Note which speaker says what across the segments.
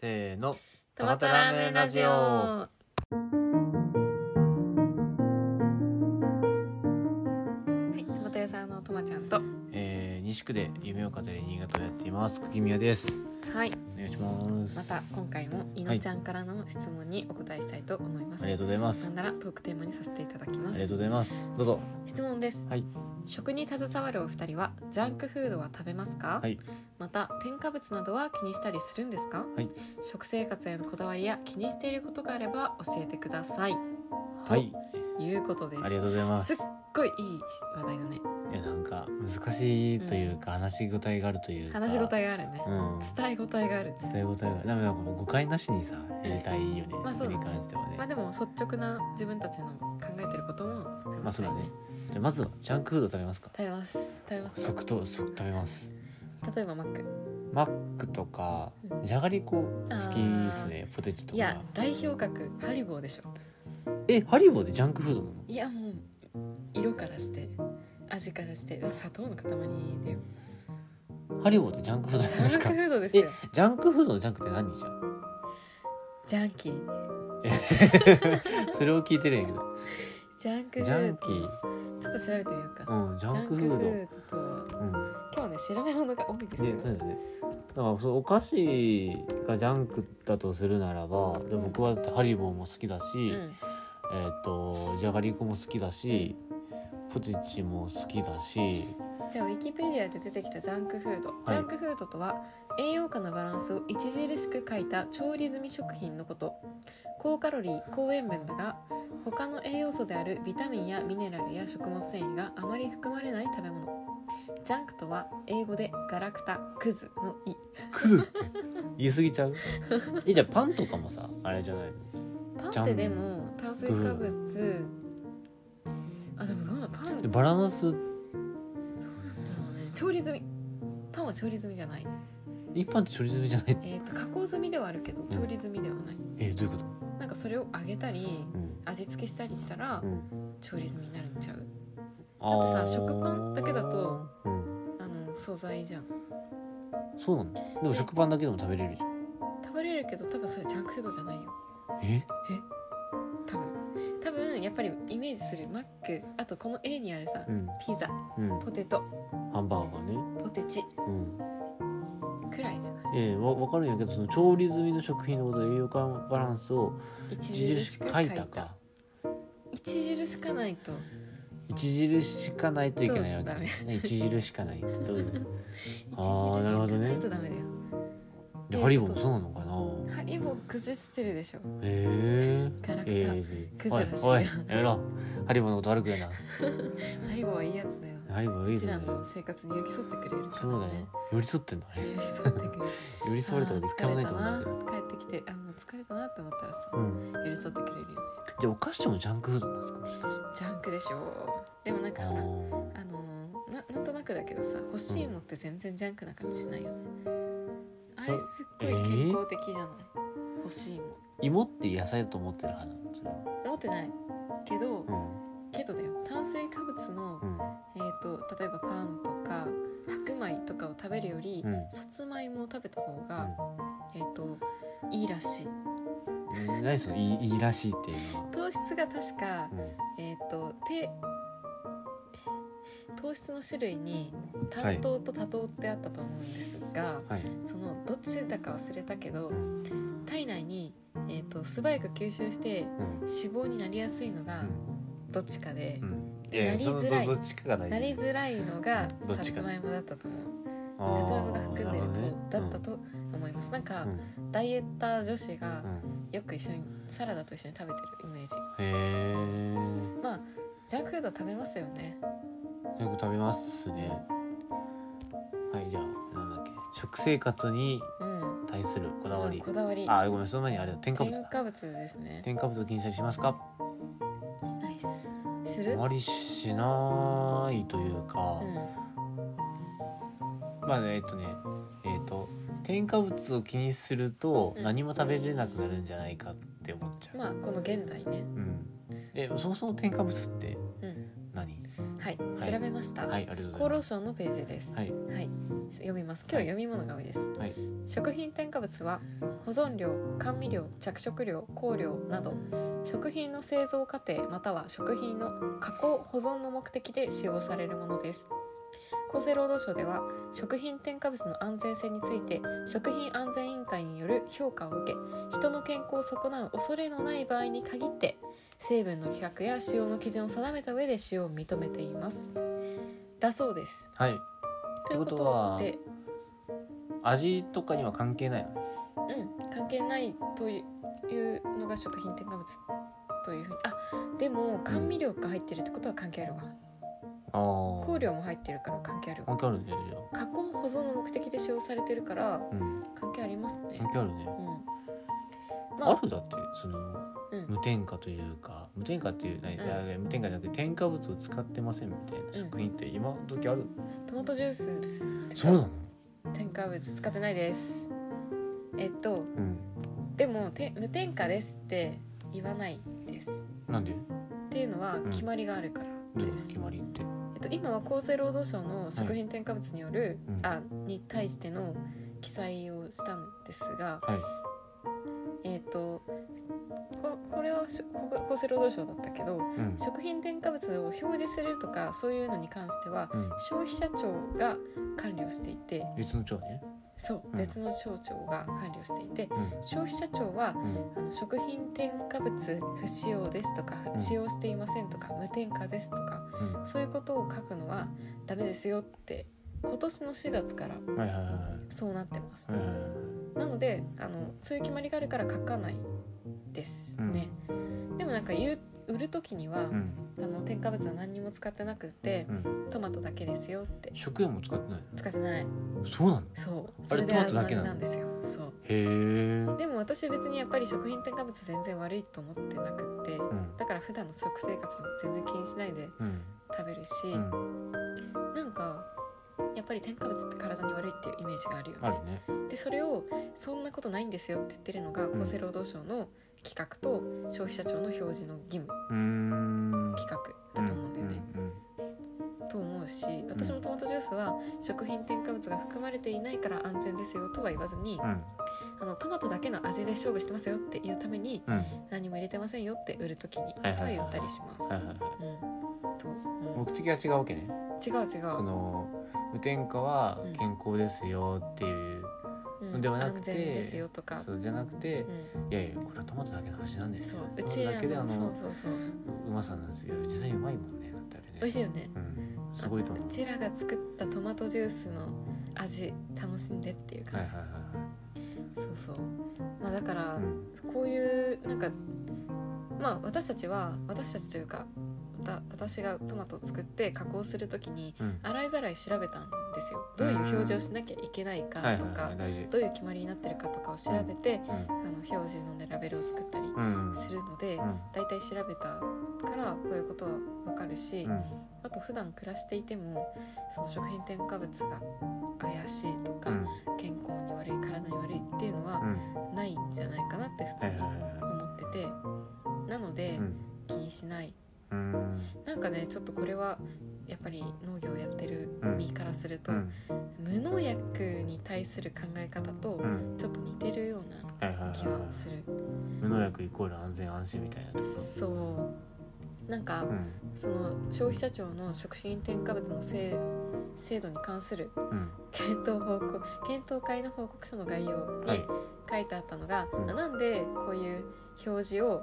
Speaker 1: せーの。
Speaker 2: トマトラーメンラジオ。はい、トマト屋さんのトマちゃんと。
Speaker 1: えー、西区で夢を語り新潟をやっています。久木宮です。
Speaker 2: はい、
Speaker 1: お願いします。
Speaker 2: ま
Speaker 1: あ
Speaker 2: た今回もいのちゃんからの質問にお答えしたいと思います。
Speaker 1: りがとうございま
Speaker 2: な
Speaker 1: す。
Speaker 2: んならトークテーマにさせていただき
Speaker 1: あ
Speaker 2: ま
Speaker 1: りがとう
Speaker 2: す
Speaker 1: ご。ざいます。どうぞ。
Speaker 2: 質問です。
Speaker 1: はい
Speaker 2: 食に携わるお二人はジャンクフードは食べますか、
Speaker 1: はい
Speaker 2: また添加物などは気にしたりするんですか、
Speaker 1: はい
Speaker 2: 食生活へのこだわりや気にしていることがあれば教えてください
Speaker 1: はい。
Speaker 2: ということです
Speaker 1: ありがとうございますす。
Speaker 2: っごいいい話題だね
Speaker 1: いや、なんか難しいというか、話しごたえがあるというか。
Speaker 2: 話し応えがあるね、
Speaker 1: うん。
Speaker 2: 伝え応えがあるね
Speaker 1: 伝えごたえがある。でもなんかもう誤解なしにさ、やりたいよね。
Speaker 2: まあ
Speaker 1: そ
Speaker 2: そう
Speaker 1: れ
Speaker 2: だね
Speaker 1: に関してはね。
Speaker 2: まあでも率直な自分たちの考えてることも
Speaker 1: まあ
Speaker 2: 話し
Speaker 1: そう
Speaker 2: たい
Speaker 1: だね。じゃあまずはジャンクフード食べますか。
Speaker 2: 食べます食べます
Speaker 1: 即と即食べます。
Speaker 2: 例えばマック
Speaker 1: マックとか
Speaker 2: う
Speaker 1: じゃがりこ好きですね。ポテチと
Speaker 2: いや
Speaker 1: か。
Speaker 2: 代表格ハリボーでしょ
Speaker 1: え、ハリボーでジャンクフードなの？
Speaker 2: いやもう色からして味からして砂糖の塊でよ
Speaker 1: ハリボーってジャンクフード
Speaker 2: ジ
Speaker 1: なんです
Speaker 2: ャンク
Speaker 1: か
Speaker 2: フードです
Speaker 1: え
Speaker 2: よ、
Speaker 1: ジャンクフードのジャンクって何じゃん
Speaker 2: ジャンキー
Speaker 1: それを聞いてるんやけど
Speaker 2: ジャンクフ
Speaker 1: ジャ
Speaker 2: ー
Speaker 1: ン
Speaker 2: ド
Speaker 1: キー
Speaker 2: ちょっと調べてみようか
Speaker 1: うんジャンクフード
Speaker 2: ジャンクフードと
Speaker 1: うん
Speaker 2: 今日ね調べ物が多いです
Speaker 1: ね
Speaker 2: よ
Speaker 1: そうですねだからそうお菓子がジャンクだとするならばでも僕はだってハリボーも好きだし、
Speaker 2: うん
Speaker 1: えっ、とじゃがりこも好きだしポテチも好きだし
Speaker 2: じゃあウィキペディアで出てきたジャンクフード、ジャンクフードとは栄養価のバランスを著しく欠いた調理済み食品のこと高カロリー高塩分だが他の栄養素であるビタミンやミネラルや食物繊維があまり含まれない食べ物ジャンクとは英語でガラクタクズの「い
Speaker 1: クズって言い過ぎちゃうえじゃあパンとかもさあれじゃない」ジ
Speaker 2: パンっ
Speaker 1: ャ
Speaker 2: て
Speaker 1: ン
Speaker 2: でも炭水化物あでもどうなのパンだろう
Speaker 1: でバランス
Speaker 2: ね調理済みパンは調理済みじゃない
Speaker 1: 一般って処理済みじゃない
Speaker 2: えー、と加工済みではあるけど調理済みではない、
Speaker 1: えどういうこと
Speaker 2: なんかそれを揚げたり
Speaker 1: うん
Speaker 2: 味付けしたりしたら
Speaker 1: うん
Speaker 2: 調理済みになるんちゃう
Speaker 1: あ
Speaker 2: だってさ
Speaker 1: ー
Speaker 2: 食パンだけだと
Speaker 1: うん
Speaker 2: あの素材じゃん
Speaker 1: そうなのでも食パンだけでも食べれるじゃん
Speaker 2: 食べれるけど多分それジャンクフードじゃないよ
Speaker 1: え
Speaker 2: 多分多分やっぱりイメージするマックあとこの A にあるさ
Speaker 1: うん
Speaker 2: ピザ
Speaker 1: うん
Speaker 2: ポテト
Speaker 1: ハンバーガーね
Speaker 2: ポテチ
Speaker 1: うん
Speaker 2: くらいじゃない
Speaker 1: ええわ分かるんやけどその調理済みの食品のことで栄養価バランスを著
Speaker 2: 著
Speaker 1: し
Speaker 2: し
Speaker 1: く
Speaker 2: く
Speaker 1: 書
Speaker 2: 書
Speaker 1: い
Speaker 2: い
Speaker 1: た
Speaker 2: た
Speaker 1: か
Speaker 2: か著しかないと
Speaker 1: 著しかないといけないわけね著しかないと あーなるほどね
Speaker 2: 著しくないとダメだよ
Speaker 1: でハリボーもそうなのかな
Speaker 2: ハリボー崩してるでしょ
Speaker 1: ええ
Speaker 2: ガラクタ
Speaker 1: ええ
Speaker 2: ク
Speaker 1: おい
Speaker 2: ズらしい
Speaker 1: おいやめろハリボーのこと悪く言う
Speaker 2: ハリボーはいいやつだよ
Speaker 1: なハリボーいうい
Speaker 2: ち
Speaker 1: ぞ
Speaker 2: ら
Speaker 1: ね
Speaker 2: の生活に寄り添ってくれるか
Speaker 1: そう
Speaker 2: ら
Speaker 1: だ
Speaker 2: ね
Speaker 1: よ寄り添ってんのあ
Speaker 2: 寄
Speaker 1: れ
Speaker 2: り添ってくれる
Speaker 1: 寄り添われたこと一回もないと思うんだけど
Speaker 2: あー疲れたな帰ってきてあもう疲れたなって思ったらさ
Speaker 1: うん
Speaker 2: 寄り添ってくれるよね
Speaker 1: じゃあお菓子もジャンクフードなんですかもしかして
Speaker 2: ジャンクでしょでもなんか
Speaker 1: あ
Speaker 2: ほら
Speaker 1: ー
Speaker 2: あのーななんとなくだけどさ欲しいもって全然ジャンクな感じしないよね、あれすっごい
Speaker 1: そうえー
Speaker 2: 健康的じゃない、欲しいも
Speaker 1: 芋って野菜だと思ってる派なのそれは
Speaker 2: 持ってないけど
Speaker 1: う
Speaker 2: けどだよ炭水化物の、
Speaker 1: ん
Speaker 2: えー、と例えばパンとか白米とかを食べるより、
Speaker 1: うん
Speaker 2: さつまいもを食べた方が、えー、といいらしい
Speaker 1: うん何そのいいいいらしいっていうのは
Speaker 2: 糖質が確か
Speaker 1: うん
Speaker 2: えっ、とて糖質の種類に単糖と多糖ってあったと思うんですが、
Speaker 1: はい
Speaker 2: そのどっちだか忘れたけど
Speaker 1: うん
Speaker 2: 体内に、えー、と素早く吸収して
Speaker 1: うん
Speaker 2: 脂肪になりやすいのがどっちかで
Speaker 1: う、ん
Speaker 2: いやなりづらい
Speaker 1: そのどどっちかが大事
Speaker 2: なりづらいのが
Speaker 1: どっ
Speaker 2: さ
Speaker 1: ち
Speaker 2: つ
Speaker 1: か
Speaker 2: まいもだったと思う
Speaker 1: あ
Speaker 2: さ
Speaker 1: ー
Speaker 2: つまいもが含んでると
Speaker 1: な
Speaker 2: だ
Speaker 1: ほど
Speaker 2: った
Speaker 1: ね
Speaker 2: と思いますなんか、
Speaker 1: うん
Speaker 2: ダイエッター女子が
Speaker 1: うんうん
Speaker 2: よく一緒にサラダと一緒に食べてるイメージ
Speaker 1: へ
Speaker 2: まあジャンクフードは食べますよね
Speaker 1: えよく食べますねはいじゃあなんだっけ食生活に
Speaker 2: うん
Speaker 1: 対するこだわり
Speaker 2: うんこだわり
Speaker 1: あごめんその前にあれだ添加物
Speaker 2: 添
Speaker 1: だ
Speaker 2: 加物ですね
Speaker 1: 添加物を禁止しますか
Speaker 2: しないっすす
Speaker 1: あ
Speaker 2: る
Speaker 1: まりしないというか、
Speaker 2: う
Speaker 1: まあねえっとねえっと添加物を気にすると
Speaker 2: うん
Speaker 1: 何も食べれなくなるんじゃないかって思っちゃう、
Speaker 2: んまあこの現代ね
Speaker 1: うん、えそもそも添加物って
Speaker 2: うん
Speaker 1: 何
Speaker 2: はい、
Speaker 1: い
Speaker 2: 調べました、
Speaker 1: はい、ありがとうござ
Speaker 2: 厚
Speaker 1: い
Speaker 2: 労
Speaker 1: ます。
Speaker 2: 省のページです
Speaker 1: はい、
Speaker 2: はい、読みます今日読み物が多いです、
Speaker 1: はい、
Speaker 2: 食品添加物は保存料甘味料着色料香料など食品の製造過程または食品の加工保存の目的で使用されるものです厚生労働省では食品添加物の安全性について食品安全委員会による評価を受け人の健康を損なう恐れのない場合に限って成分の規格や使用の基準を定めた上で使用を認めていますだそうです
Speaker 1: はい、
Speaker 2: ということ
Speaker 1: っ
Speaker 2: は
Speaker 1: て味とかには関係ないの。
Speaker 2: うん、関係ないというのが食品添加物というふうにあでも甘味料が入ってるってことは関係あるわ
Speaker 1: ああ。
Speaker 2: 香。料も入ってるから関係あるわ
Speaker 1: 関係あるね、じゃ
Speaker 2: 加工保存の目的で使用されてるから
Speaker 1: あ。うん、
Speaker 2: 関係ありますね
Speaker 1: 関係あるね。
Speaker 2: うんま
Speaker 1: あ
Speaker 2: あ
Speaker 1: るだって、その。
Speaker 2: うん
Speaker 1: 無添加というか無添加っていう、何
Speaker 2: うん
Speaker 1: いやいや無添加じゃなくて添加物を使ってませんみたいな食品って今時ある、
Speaker 2: トマトジュースって
Speaker 1: そうなの
Speaker 2: 添加物使ってないですえっ
Speaker 1: う
Speaker 2: と
Speaker 1: ん
Speaker 2: でもて無添加ですって言わないですっ
Speaker 1: なんで
Speaker 2: ていうのは
Speaker 1: ん
Speaker 2: 決まりがあるから
Speaker 1: どうい
Speaker 2: で
Speaker 1: う
Speaker 2: す、
Speaker 1: 決まりって
Speaker 2: えっと、今は厚生労働省の食品添加物による、
Speaker 1: うん
Speaker 2: あに対しての記載をしたんですが、
Speaker 1: はい
Speaker 2: えっとここれはしこ厚生労働省だったけど
Speaker 1: うん
Speaker 2: 食品添加物を表示するとかそういうのに関しては
Speaker 1: うん
Speaker 2: 消費者庁が管理をしていて
Speaker 1: 別の腸ね
Speaker 2: そう
Speaker 1: うん
Speaker 2: 別の省庁が管理をしていて
Speaker 1: うん
Speaker 2: 消費者庁は
Speaker 1: うん
Speaker 2: あの食品添加物不使用ですとか
Speaker 1: うん
Speaker 2: 使用していませんとか無添加ですとかそういうことを書くのはダメですよって今年の4月から
Speaker 1: うんはいはいはい
Speaker 2: そうなってます、
Speaker 1: はいはいはい
Speaker 2: なのであのそういう決まりがあるから書かないですね、でもなんか言う売る時には、
Speaker 1: うん
Speaker 2: あの添加物は何にも使ってなくて
Speaker 1: うん
Speaker 2: トマトだけですよって
Speaker 1: 食塩も使ってない
Speaker 2: 使ってない
Speaker 1: そうなの
Speaker 2: そう
Speaker 1: あ
Speaker 2: そ
Speaker 1: れ
Speaker 2: れで
Speaker 1: トマトだけ
Speaker 2: 味
Speaker 1: なの
Speaker 2: なんですよそう
Speaker 1: へえうん
Speaker 2: でも私別にやっぱり食品添加物全然悪いと思ってなくってだから普段の食生活も全然気にしないで
Speaker 1: うん
Speaker 2: 食べるし、
Speaker 1: うん
Speaker 2: なんかやっぱり添加物って体に悪いっていうイメージがあるよね、
Speaker 1: あるね
Speaker 2: でそれを「そんなことないんですよ」って言ってるのが
Speaker 1: うん
Speaker 2: 厚生労働省の企画と消費者庁の表示の義務
Speaker 1: うーん
Speaker 2: 企画だと思うんだよね。
Speaker 1: うんうん
Speaker 2: と思うし私もトマトジュースは食品添加物が含まれていないから安全ですよとは言わずに
Speaker 1: うん
Speaker 2: あのトマトだけの味で勝負してますよっていうために
Speaker 1: うん
Speaker 2: 何も入れてませんよって売る時に
Speaker 1: はいはい
Speaker 2: は
Speaker 1: はい
Speaker 2: 言ったりします。
Speaker 1: はいはいはい
Speaker 2: うんと思う
Speaker 1: 目的が違うわけね
Speaker 2: 違う違、
Speaker 1: そうの無添加は
Speaker 2: うん
Speaker 1: 健康ですよっていう、
Speaker 2: うん
Speaker 1: ではなくて
Speaker 2: 安全ですよとか、
Speaker 1: そうじゃなくて、
Speaker 2: うん、
Speaker 1: いやいやこれはトマトだけの話なんです
Speaker 2: そ
Speaker 1: よ
Speaker 2: う
Speaker 1: ト
Speaker 2: う
Speaker 1: マ
Speaker 2: ち
Speaker 1: トだけであ
Speaker 2: あ
Speaker 1: の
Speaker 2: の
Speaker 1: う
Speaker 2: そうそうそう
Speaker 1: まさなんですよ実際うまいもんねだってあれね
Speaker 2: 美味しいよね
Speaker 1: うんすごいと思う
Speaker 2: うちらが作ったトマトジュースの味楽しんでっていう
Speaker 1: は
Speaker 2: 感
Speaker 1: い
Speaker 2: じ、
Speaker 1: はいは
Speaker 2: そうそうまあだから、
Speaker 1: いはいうん
Speaker 2: こういうなんかまあ私たちは私たちというかだ私がトマトを作って加工するときに
Speaker 1: うん
Speaker 2: 洗いざらい調べたんですよどういう表示をしなきゃいけないか
Speaker 1: はいはい
Speaker 2: とか、
Speaker 1: はい大事
Speaker 2: どういう決まりになってるかとかを調べて、あの表示の、ね、ラベルを作ったり
Speaker 1: うんうん
Speaker 2: するので、
Speaker 1: うん
Speaker 2: だいたい調べたからこういうことはわかるし、
Speaker 1: うん
Speaker 2: あと普段暮らしていてもその食品添加物が怪しいとか、
Speaker 1: うん
Speaker 2: 健康に悪い体に悪いっていうのは
Speaker 1: うん
Speaker 2: ないんじゃないかなって普
Speaker 1: は
Speaker 2: 通
Speaker 1: いはい
Speaker 2: に
Speaker 1: はいは
Speaker 2: 思っててなの
Speaker 1: い
Speaker 2: で
Speaker 1: うん
Speaker 2: 気にしない、
Speaker 1: うん
Speaker 2: なんかねちょっとこれはやっぱり農業をやってる
Speaker 1: うん
Speaker 2: 身からすると、
Speaker 1: うん
Speaker 2: 無農薬に対する考え方と
Speaker 1: うん
Speaker 2: ちょっと似てるような
Speaker 1: はいはいはい
Speaker 2: 気はする、
Speaker 1: 無農薬イコール安全安心みたいなところ
Speaker 2: そうなんか
Speaker 1: うん
Speaker 2: その消費者庁の食品添加物の制制度に関する
Speaker 1: うん
Speaker 2: 検討報告検討会の報告書の概要
Speaker 1: は
Speaker 2: に
Speaker 1: い
Speaker 2: 書いてあったのが、
Speaker 1: うん
Speaker 2: あなんでこういう表示を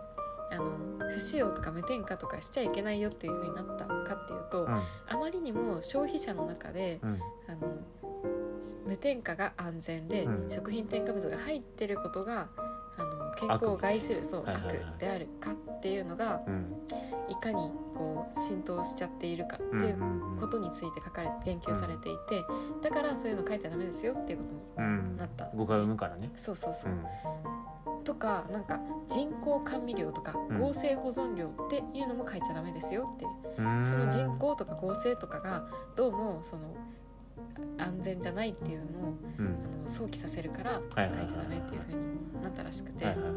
Speaker 2: あの不使用とか無添加とかしちゃいけないよっていう風になったかっていうと、
Speaker 1: うん
Speaker 2: あまりにも消費者の中で
Speaker 1: うん
Speaker 2: あの無添加が安全で、
Speaker 1: うん
Speaker 2: 食品添加物が入ってることがあの健康を害するそう
Speaker 1: はいはいはい
Speaker 2: 悪であるかっていうのが
Speaker 1: うん
Speaker 2: いかにこう浸透しちゃっているかって
Speaker 1: うん
Speaker 2: いううこ
Speaker 1: ん
Speaker 2: とについて書かれ言及されていてだからそういうの書いちゃダメですよっていうことに
Speaker 1: うん
Speaker 2: なった
Speaker 1: 誤解を生むからね
Speaker 2: そうそう
Speaker 1: う
Speaker 2: そう、
Speaker 1: ん
Speaker 2: とかなんか人工甘味料とか
Speaker 1: うん
Speaker 2: 合成保存料っていうのも書いちゃダメですよっていう、
Speaker 1: うん
Speaker 2: その人工とか合成とかがどうもそのあ安全じゃないっていうのを
Speaker 1: う
Speaker 2: あ
Speaker 1: ん
Speaker 2: の想起させるから書
Speaker 1: はい
Speaker 2: い
Speaker 1: はいはいはい
Speaker 2: ちゃダメっていう風になったらしく
Speaker 1: はい
Speaker 2: て
Speaker 1: はいはいはい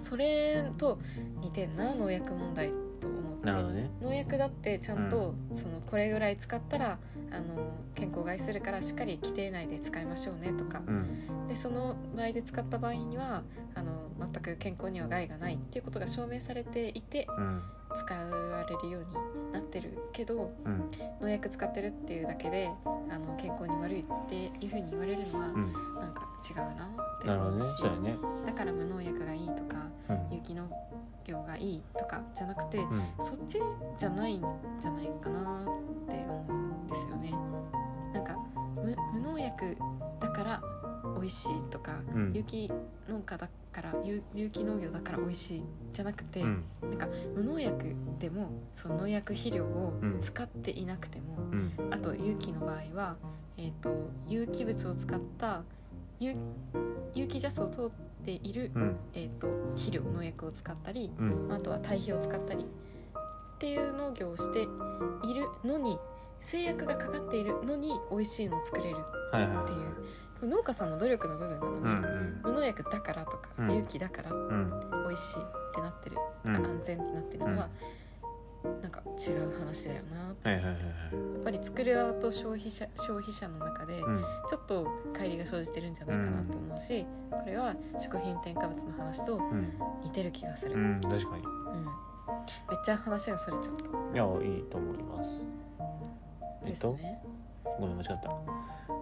Speaker 2: それと似てんな農薬問題っと思って
Speaker 1: なるほどね
Speaker 2: 農薬だってちゃんと、そのこれぐらい使ったらあの健康害するからしっかり規定内で使いましょうねとか
Speaker 1: うん
Speaker 2: でその場合で使った場合にはあの全く健康には害がないっていうことが証明されていて
Speaker 1: うん
Speaker 2: 使われるようになってるけど
Speaker 1: うん
Speaker 2: 農薬使ってるっていうだけであの健康に悪いっていうふうに言われるのは
Speaker 1: うん
Speaker 2: なんか違うなって
Speaker 1: なるほど
Speaker 2: 思う
Speaker 1: ね
Speaker 2: し
Speaker 1: そうやね
Speaker 2: だから無農薬がいいとか
Speaker 1: うん
Speaker 2: 有機農業がいいとかじゃなくて
Speaker 1: うん
Speaker 2: そっちじゃないんじゃないかなって思うんですよね。なんか無無農薬だから美味しいとか、
Speaker 1: うん
Speaker 2: 有機農家だから有有機農業だから美味しいじゃなくて、
Speaker 1: うん
Speaker 2: 無農薬でもその農薬肥料を
Speaker 1: うん
Speaker 2: 使っていなくても、
Speaker 1: うん
Speaker 2: あと有機の場合は、えー、と有機物を使った有有機ジャスを通っている、
Speaker 1: うん
Speaker 2: えー、と肥料農薬を使ったり
Speaker 1: うん
Speaker 2: あとは堆肥を使ったりっていう農業をしているのに制約がかかっているのに美味しいのを作れる
Speaker 1: はいはい
Speaker 2: って
Speaker 1: はいいう
Speaker 2: これ農家さんの努力の部分なのに、
Speaker 1: うんうん
Speaker 2: 無農薬だからとか、
Speaker 1: うん
Speaker 2: 有機だから
Speaker 1: うん
Speaker 2: 美味しいってなってる、
Speaker 1: うん
Speaker 2: 安全ってなってるのは、なんか違う話だよなや
Speaker 1: はいはいはいはい
Speaker 2: っぱり作る側と消費者消費者の中で
Speaker 1: うん
Speaker 2: ちょっと乖離が生じてるんじゃないかなと思うし、これは食品添加物の話と
Speaker 1: うん
Speaker 2: 似てる気がする、
Speaker 1: う
Speaker 2: うん
Speaker 1: ん確かに
Speaker 2: めっちゃ話がそれちゃった
Speaker 1: いやいいと思いますえ
Speaker 2: で
Speaker 1: っ
Speaker 2: す
Speaker 1: と
Speaker 2: ね。
Speaker 1: ごめん間違った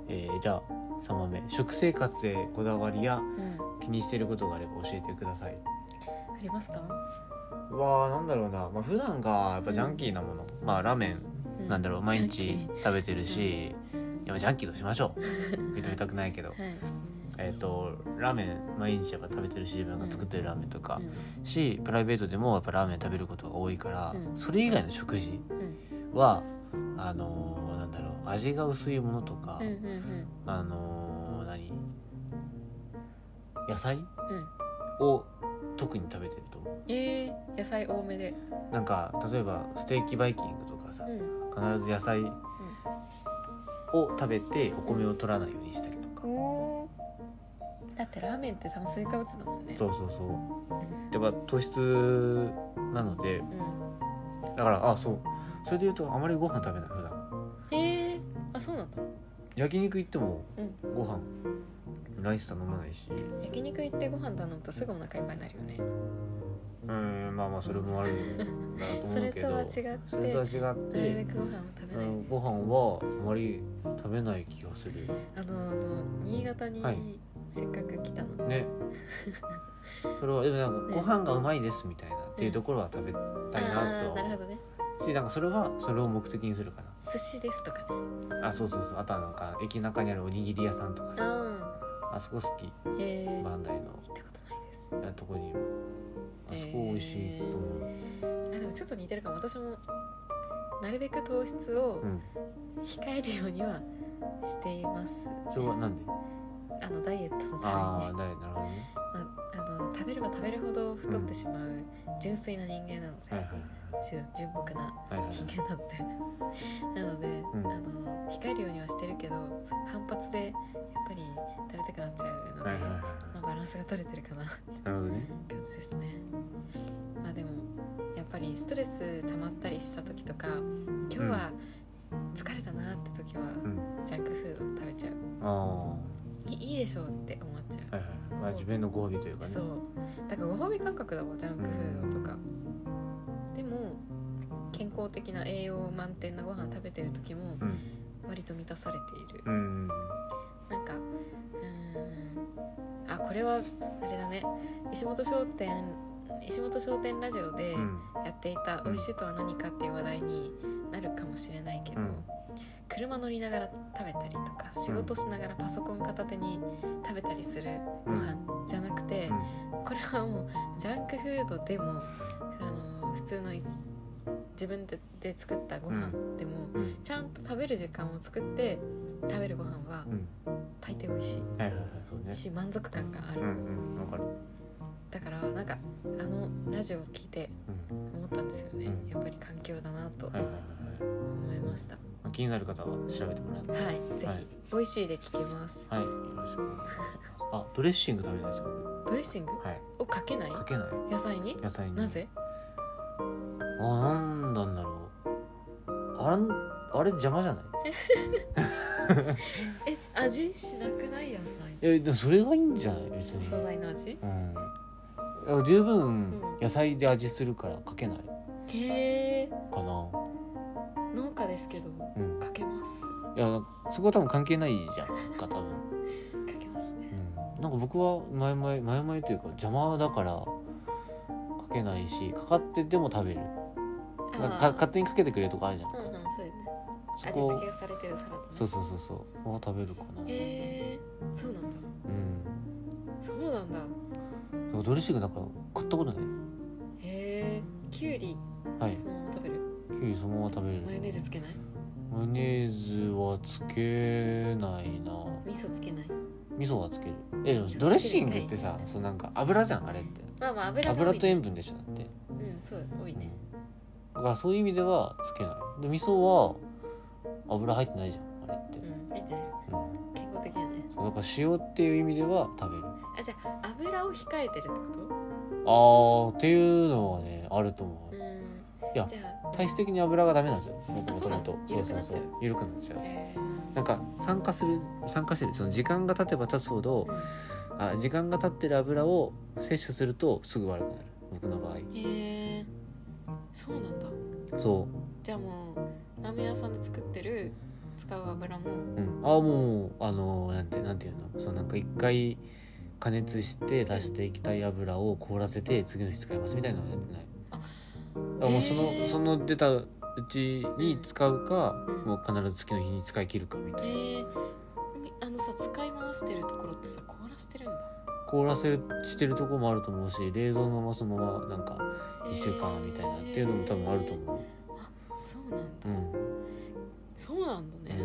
Speaker 1: えーじゃあ3番目食生活へこだわりや
Speaker 2: うん、
Speaker 1: 気にしてることがあれば教えてください
Speaker 2: ありますか？
Speaker 1: うわーなんだろうな、まあ、普段がやっぱジャンキーなもの、まあラーメンなんだろう、
Speaker 2: うん
Speaker 1: 毎
Speaker 2: ジャ
Speaker 1: 日
Speaker 2: ンキ
Speaker 1: 食べてるし、いやジャンキーとしましょう認めたくないけど
Speaker 2: はい。
Speaker 1: えっ、とラーメン毎日やっぱ食べてるし自分が作ってるラーメンとか、
Speaker 2: う
Speaker 1: しプライベートでもやっぱラーメン食べることが多いから、
Speaker 2: うん
Speaker 1: それ以外の食事
Speaker 2: ん
Speaker 1: はあのーなんだろう味が薄いものとか、
Speaker 2: うんうんうん
Speaker 1: あのー何野菜
Speaker 2: うん。
Speaker 1: を特に食べてると思
Speaker 2: えー、野菜多めで。
Speaker 1: うなんか例えばステーキバイキングとかさ、
Speaker 2: うん。
Speaker 1: 必ず野菜を食べてお米を取らないようにしたりとか、
Speaker 2: おーだってラーメンって炭水化物だもんね。
Speaker 1: そうそうそうでまあ糖質なので
Speaker 2: うん。
Speaker 1: だからあそうそれで言うとあまりご飯食べない普段
Speaker 2: えー、あそうなんだ。
Speaker 1: 焼肉行っても
Speaker 2: うん
Speaker 1: ご飯、ライスは飲まないし
Speaker 2: 焼肉行ってご飯頼むとすぐお腹いっぱいになるよね。
Speaker 1: うんまあまあそれもあるんだなと
Speaker 2: そ
Speaker 1: 思
Speaker 2: れ
Speaker 1: うけ
Speaker 2: とは
Speaker 1: ど
Speaker 2: 違って、
Speaker 1: それとは違って
Speaker 2: なるべくご飯を食べ
Speaker 1: う
Speaker 2: ないようんに
Speaker 1: ご飯
Speaker 2: を。
Speaker 1: はあまり食べない気がする
Speaker 2: あのあの新潟に
Speaker 1: はい
Speaker 2: せっかく来たのに。
Speaker 1: ねそれはでもなんか
Speaker 2: ね
Speaker 1: ご飯がうまいですみたいなっていうところは食べたいなと
Speaker 2: あー
Speaker 1: は
Speaker 2: なる
Speaker 1: 思
Speaker 2: ほどね。
Speaker 1: うしなんかそれはそれを目的にするかな
Speaker 2: 寿司ですとかね。
Speaker 1: あそうそうそうあとはなんか駅中にあるおにぎり屋さんとかさ
Speaker 2: あ
Speaker 1: あそこ好き
Speaker 2: ーえー、
Speaker 1: バ
Speaker 2: 行っ
Speaker 1: ンダイの
Speaker 2: たことないです。
Speaker 1: あとこにもあそこ美味しいと思う、
Speaker 2: あでもちょっと似てるかも私もなるべく糖質を
Speaker 1: うん
Speaker 2: 控えるようにはしています、
Speaker 1: それはなんで
Speaker 2: あのダイエットのために
Speaker 1: ああだよなるほどね
Speaker 2: まあ、あの食べれば食べるほど太ってしまう純粋な人間なので、
Speaker 1: はいはい
Speaker 2: 純純朴な
Speaker 1: はいはいはい
Speaker 2: 人間なのでなので、
Speaker 1: ん
Speaker 2: あの控えるようにはしてるけど反発でやっぱり食べたくなっちゃうの
Speaker 1: は
Speaker 2: で、
Speaker 1: いはいはいはい
Speaker 2: まあ、バランスが取れてるかな
Speaker 1: なるほどね
Speaker 2: 感じですねまあでもやっぱりストレス溜まったりした時とか今日は疲れたなって時は
Speaker 1: うん
Speaker 2: ジャンクフード食べちゃう
Speaker 1: ああ
Speaker 2: いいいでしょうって思っちゃ
Speaker 1: はいはい、まあ、自分のご褒美という
Speaker 2: う
Speaker 1: かね
Speaker 2: そうだからご褒美感覚だもんジャンクフードとかでも健康的な栄養満点なご飯食べてる時も
Speaker 1: うん
Speaker 2: 割と満たされている
Speaker 1: うん
Speaker 2: なんかうーんあこれはあれだね石本商店石本商店ラジオで、
Speaker 1: うん
Speaker 2: やっていた「美味しいとは何か」っていう話題になるかもしれないけど、
Speaker 1: うん
Speaker 2: 車乗りながら食べたりとか仕事しながらパソコン片手に食べたりするご飯じゃなくて、
Speaker 1: うん
Speaker 2: これはもうジャンクフードでも、あの普通のい自分でで作ったご飯でも、
Speaker 1: うん
Speaker 2: ちゃんと食べる時間を作って食べるご飯は
Speaker 1: うん
Speaker 2: 大抵美味し
Speaker 1: はいはいはいそうね
Speaker 2: いし満足感があ
Speaker 1: う
Speaker 2: る、
Speaker 1: んうんわかる
Speaker 2: だからなんかあのラジオを聞いて
Speaker 1: うん
Speaker 2: 思ったんですよね、
Speaker 1: うん
Speaker 2: やっぱり環境だなと
Speaker 1: はいはいはいはい
Speaker 2: 思いました。
Speaker 1: まあ気になる方は調べてもらって
Speaker 2: はい、ぜひ、
Speaker 1: はい
Speaker 2: ボイシーで聞けます。
Speaker 1: はいよろしくお願いしますあドレッシング食べないです僕
Speaker 2: ドレッシング
Speaker 1: はい
Speaker 2: をかけない
Speaker 1: かけない
Speaker 2: 野菜に
Speaker 1: 野菜に
Speaker 2: なぜ
Speaker 1: あなんなんだろうあんあれ邪魔じゃない
Speaker 2: え味しなくない野菜
Speaker 1: えでもそれがいいんじゃない別に
Speaker 2: 素材の味
Speaker 1: うんいや十分
Speaker 2: うん
Speaker 1: 野菜で味するからかけないか
Speaker 2: へえ
Speaker 1: な
Speaker 2: 農家ですけど
Speaker 1: うん
Speaker 2: かけます
Speaker 1: いやそこは多分関係ないじゃんか多分、
Speaker 2: かけますね
Speaker 1: うん、なんか僕は前々前々というか邪魔だからかけないしかかってても食べるなんかか
Speaker 2: あ
Speaker 1: 勝手にかけてくれるとかあるじゃん
Speaker 2: ーうんうんそうよね
Speaker 1: そ
Speaker 2: 味
Speaker 1: こ
Speaker 2: 付けがされてるサラダね
Speaker 1: そうそうそうそうは食べるかな
Speaker 2: へえそうなんだ
Speaker 1: うん
Speaker 2: そうなんだ
Speaker 1: でもドレッシングだから買ったことない
Speaker 2: へえきゅうり
Speaker 1: はい
Speaker 2: そのまま食べる
Speaker 1: キウイそのまま食べる
Speaker 2: マヨネーズつけない
Speaker 1: マヨネーズはつけないな
Speaker 2: 味噌つけない
Speaker 1: 味噌はつけるえでもドレッシングってさそうなんか油じゃんあれって
Speaker 2: まあまあ油が多いね
Speaker 1: 油と塩分でしょだって
Speaker 2: うんそう多いね
Speaker 1: だからそういう意味ではつけないで味噌は油入ってないじゃんあれって、
Speaker 2: う
Speaker 1: うん
Speaker 2: んいいんじゃないですか健康的だね
Speaker 1: そうだから塩っていう意味では食べる
Speaker 2: あじゃあ油を控えてるってこ
Speaker 1: あーっていうのはねあると思
Speaker 2: と
Speaker 1: う
Speaker 2: うん
Speaker 1: いや
Speaker 2: じゃあ
Speaker 1: 体質的に油がダメなんですよ僕
Speaker 2: あ
Speaker 1: も
Speaker 2: そ
Speaker 1: と
Speaker 2: うな
Speaker 1: も
Speaker 2: の
Speaker 1: とそうそうそう緩くなっちゃう
Speaker 2: え
Speaker 1: なんか酸化する酸化してるその時間が経てば経つほどあ時間が経ってる油を摂取するとすぐ悪くなる僕の場合
Speaker 2: ー、へえそうなんだ
Speaker 1: そ
Speaker 2: じゃあもうラーメン屋さんで作ってる使う油も
Speaker 1: う、うん、ああもうあのーなんてなんていうのそのなんか一回加熱して出して液体油を凍らせて次の日使いますみたいなのはやってない
Speaker 2: あ
Speaker 1: あもうそ
Speaker 2: へー
Speaker 1: のその出たうちに使うか
Speaker 2: うん
Speaker 1: もう必ず次の日に使い切るかみたいな
Speaker 2: へえあのさ使い回してるところってさ凍らしてるんだ
Speaker 1: 凍らせるしてるとこもあると思うし冷蔵のままそのままなんか1週間みたいなっていうのも多分あると思
Speaker 2: うそうなんだ
Speaker 1: う、うん
Speaker 2: そうなんだね、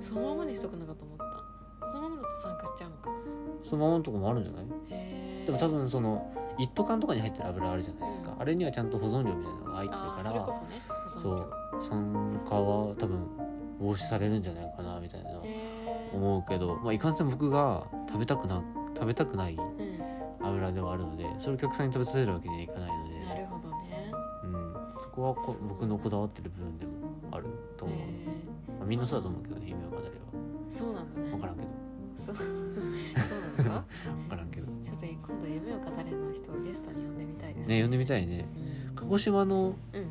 Speaker 1: う
Speaker 2: そのままにしとくのかと思ったそのままだと酸化しちゃうのか
Speaker 1: ん、そのままのとこもあるんじゃない
Speaker 2: へえ
Speaker 1: でも多分その一斗缶とかに入ってる油あるじゃないですか、
Speaker 2: うん
Speaker 1: あれにはちゃんと保存料みたいなのが入って
Speaker 2: あ
Speaker 1: る
Speaker 2: ー
Speaker 1: か
Speaker 2: それこ
Speaker 1: ら
Speaker 2: そね
Speaker 1: そう酸化は多分防止されるんじゃないかなみたいな
Speaker 2: へえ
Speaker 1: 思うけど、まあ、いかんせん僕が食べたくな食べたくない
Speaker 2: うん
Speaker 1: 油ではあるのでそれをお客さんに食べさせるわけにはいかないので、
Speaker 2: なるほどね
Speaker 1: うん、そこはこ僕のこだわってる部分でもあると思う、
Speaker 2: へえ
Speaker 1: まあ、みんなそうだと思うけどね夢を語れば
Speaker 2: そうなんだね
Speaker 1: 分からんけど
Speaker 2: そうそうなのか
Speaker 1: 分からんけど
Speaker 2: ちょっと今度夢を語れるの人をゲストに呼んでみたいです
Speaker 1: ね呼んでみたいね鹿児島の
Speaker 2: うん、うん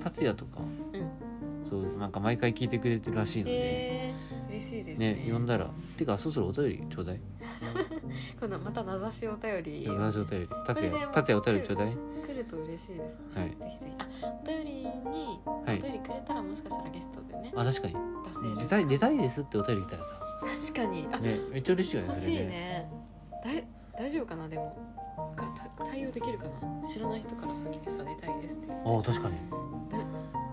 Speaker 1: 達也とか、
Speaker 2: うん
Speaker 1: そうなんか毎回聞いてくれてるらしいので、
Speaker 2: へえ嬉しいですね
Speaker 1: ね呼んだらてかそろそろお便りちょうだい
Speaker 2: 今度また名指しお便り
Speaker 1: 同じお便り達
Speaker 2: それで
Speaker 1: 也
Speaker 2: も
Speaker 1: 達也お便りちょうだい
Speaker 2: 来ると嬉しいですね、
Speaker 1: はい
Speaker 2: ぜひぜひあお便りに、
Speaker 1: は
Speaker 2: お
Speaker 1: い
Speaker 2: 便りくれたらもしかしたらゲストでね
Speaker 1: あ確かに
Speaker 2: 出せる
Speaker 1: 出たい出たいですってお便り来たらさ
Speaker 2: 確かにあ、
Speaker 1: ねめっちゃ嬉しいよね
Speaker 2: 欲
Speaker 1: そ
Speaker 2: しい
Speaker 1: れ
Speaker 2: ねだい大丈夫かなでもかた対応できるかな知らない人からさ来てさ出たいですって言って
Speaker 1: あ確かに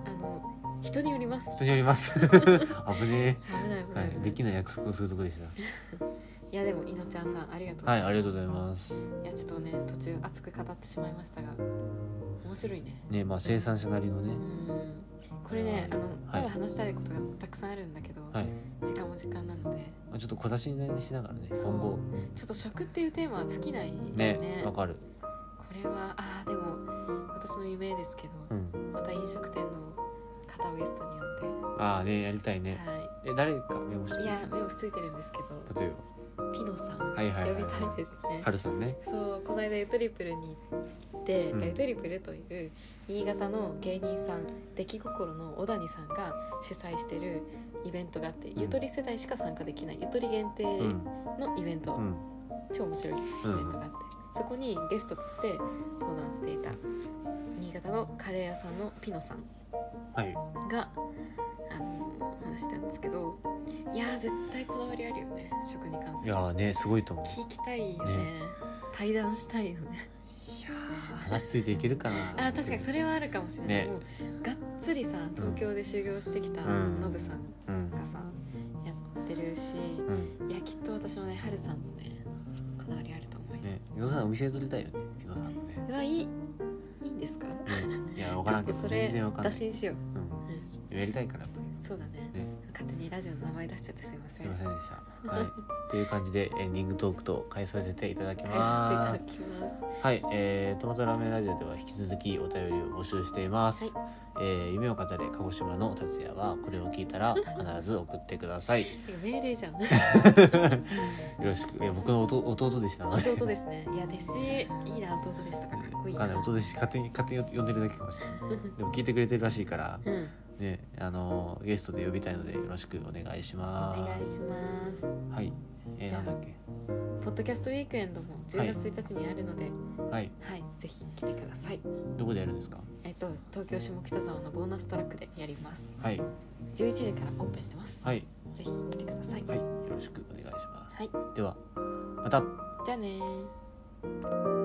Speaker 2: あの人によります
Speaker 1: 人によります 危ね
Speaker 2: 危ない危
Speaker 1: え、は
Speaker 2: ない、
Speaker 1: い、できない約束をするとこでし
Speaker 2: いやでもいのちゃんさんありがとうご
Speaker 1: たは
Speaker 2: ざい
Speaker 1: い
Speaker 2: ます、
Speaker 1: ありがとうございます
Speaker 2: いやちょっとね途中熱く語ってしまいましたが面白いね
Speaker 1: ねまあ生産者なりのね
Speaker 2: うんこれねあの、
Speaker 1: はい
Speaker 2: まだ話したいことがたくさんあるんだけど、
Speaker 1: はい
Speaker 2: 時間も時間なので
Speaker 1: まあちょっと小出しにしながらね
Speaker 2: そう
Speaker 1: 今後
Speaker 2: ちょっと食っていうテーマは尽きないよね
Speaker 1: ねわかる
Speaker 2: これはあーでも私の夢ですけど、
Speaker 1: うん
Speaker 2: また飲食店の方をゲストに呼ん
Speaker 1: ああねやりたい
Speaker 2: で、
Speaker 1: ね
Speaker 2: は
Speaker 1: え誰かメモし
Speaker 2: い、
Speaker 1: て
Speaker 2: い
Speaker 1: る
Speaker 2: や目を
Speaker 1: 例
Speaker 2: ついてるんですけど
Speaker 1: えば
Speaker 2: ピノさん、
Speaker 1: はいはいはいはい
Speaker 2: 呼びたいですね、
Speaker 1: 春さんね
Speaker 2: そうこの間ゆとりプルに行って、
Speaker 1: うん
Speaker 2: ゆとりプルという新潟の芸人さん出来心の小谷さんが主催してるイベントがあって、
Speaker 1: ん
Speaker 2: ゆとり世代しか参加できないゆとり限定
Speaker 1: うん
Speaker 2: のイベント、
Speaker 1: うん
Speaker 2: 超面白いイ
Speaker 1: う
Speaker 2: ベ
Speaker 1: ん
Speaker 2: ントがあって、そこにゲストとして登壇していた新潟のカレー屋さんのピノさん
Speaker 1: はい
Speaker 2: が、あの話してたんですけどいやー絶対こだわりあるよね食に関
Speaker 1: い
Speaker 2: する
Speaker 1: やーねすごいと思う
Speaker 2: 聞きたいよね
Speaker 1: ね
Speaker 2: 対談したいよね
Speaker 1: いやー話ついていけるかな
Speaker 2: あー確かにそれはあるかもしれない、
Speaker 1: ね
Speaker 2: もうがっつりさ東京で修行してきた
Speaker 1: うん
Speaker 2: ノブさん
Speaker 1: うん
Speaker 2: がさやってるし
Speaker 1: うん
Speaker 2: いやきっと私もねハルさんもねこだわりあると思うよ、
Speaker 1: ね伊野さんお店取りたいよね伊野さんのね
Speaker 2: うわいいいいんですか
Speaker 1: ねいやわからんけ
Speaker 2: ちょっと
Speaker 1: ど
Speaker 2: それ
Speaker 1: 全然わからん
Speaker 2: 打
Speaker 1: ない
Speaker 2: 診しよう、
Speaker 1: うんやりたいからやっぱ
Speaker 2: そうだね
Speaker 1: りね
Speaker 2: 私勝手にラジオの名前出しちゃってすいませ
Speaker 1: す
Speaker 2: ん
Speaker 1: いませんでした。 はい。という感じでエンディングトークと変えさせていただき
Speaker 2: 返さ
Speaker 1: ま
Speaker 2: せ
Speaker 1: す。
Speaker 2: ていただきます
Speaker 1: はい、えー、トマトラーメンラジオでは引き続きお便りを募集しています。
Speaker 2: はい
Speaker 1: えー夢を語れ鹿児島の達也はこれを聞いたら必ず送ってください。よ
Speaker 2: てか命 令じゃん
Speaker 1: ろしく。え僕の弟弟弟子なので。
Speaker 2: 弟ですねいや弟子いいな弟ですとかかっこいい
Speaker 1: わ
Speaker 2: な
Speaker 1: かんない弟弟子勝手に勝手に呼んでるだけかもしれない。 でも聞いてくれてるらしいから
Speaker 2: うん
Speaker 1: ね、あのゲストで呼びたいのでよろしくお願いし
Speaker 2: お願
Speaker 1: ま
Speaker 2: いします
Speaker 1: す。はい。えー、
Speaker 2: じゃ
Speaker 1: な
Speaker 2: あ
Speaker 1: んだっけ。
Speaker 2: ポッドキャストウィークエンドも10月1日にあるので、
Speaker 1: はい。
Speaker 2: はい、ぜひ来てください。
Speaker 1: どこでやるんですか。
Speaker 2: えっと、東京下北沢のボーナストラックでやります。
Speaker 1: はい。
Speaker 2: 11時からオープンしてます。
Speaker 1: はい。
Speaker 2: ぜひ来てください。
Speaker 1: はい。よろしくお願いします。
Speaker 2: はい、
Speaker 1: ではまた。
Speaker 2: じゃあねー。